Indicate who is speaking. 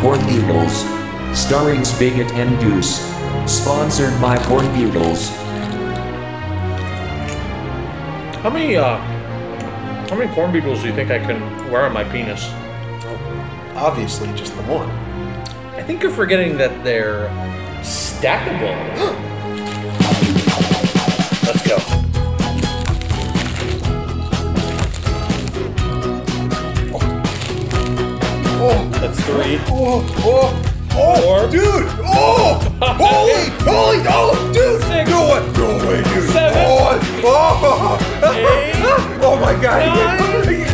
Speaker 1: Corn Bugles. Starring Spigot and Deuce. Sponsored by Corn Bugles.
Speaker 2: How many uh, how many corn beagles do you think I can wear on my penis?
Speaker 3: Obviously, just the one.
Speaker 2: I think you're forgetting that they're stackable. Let's go.
Speaker 3: Oh,
Speaker 2: That's three.
Speaker 3: oh, oh, oh,
Speaker 2: Four.
Speaker 3: dude! Oh, holy, holy, oh, dude!
Speaker 2: Six.
Speaker 3: no way, no way, dude!
Speaker 2: Seven.
Speaker 3: Oh, oh,
Speaker 2: Eight.
Speaker 3: oh my god!
Speaker 2: Nine.
Speaker 3: Oh oh.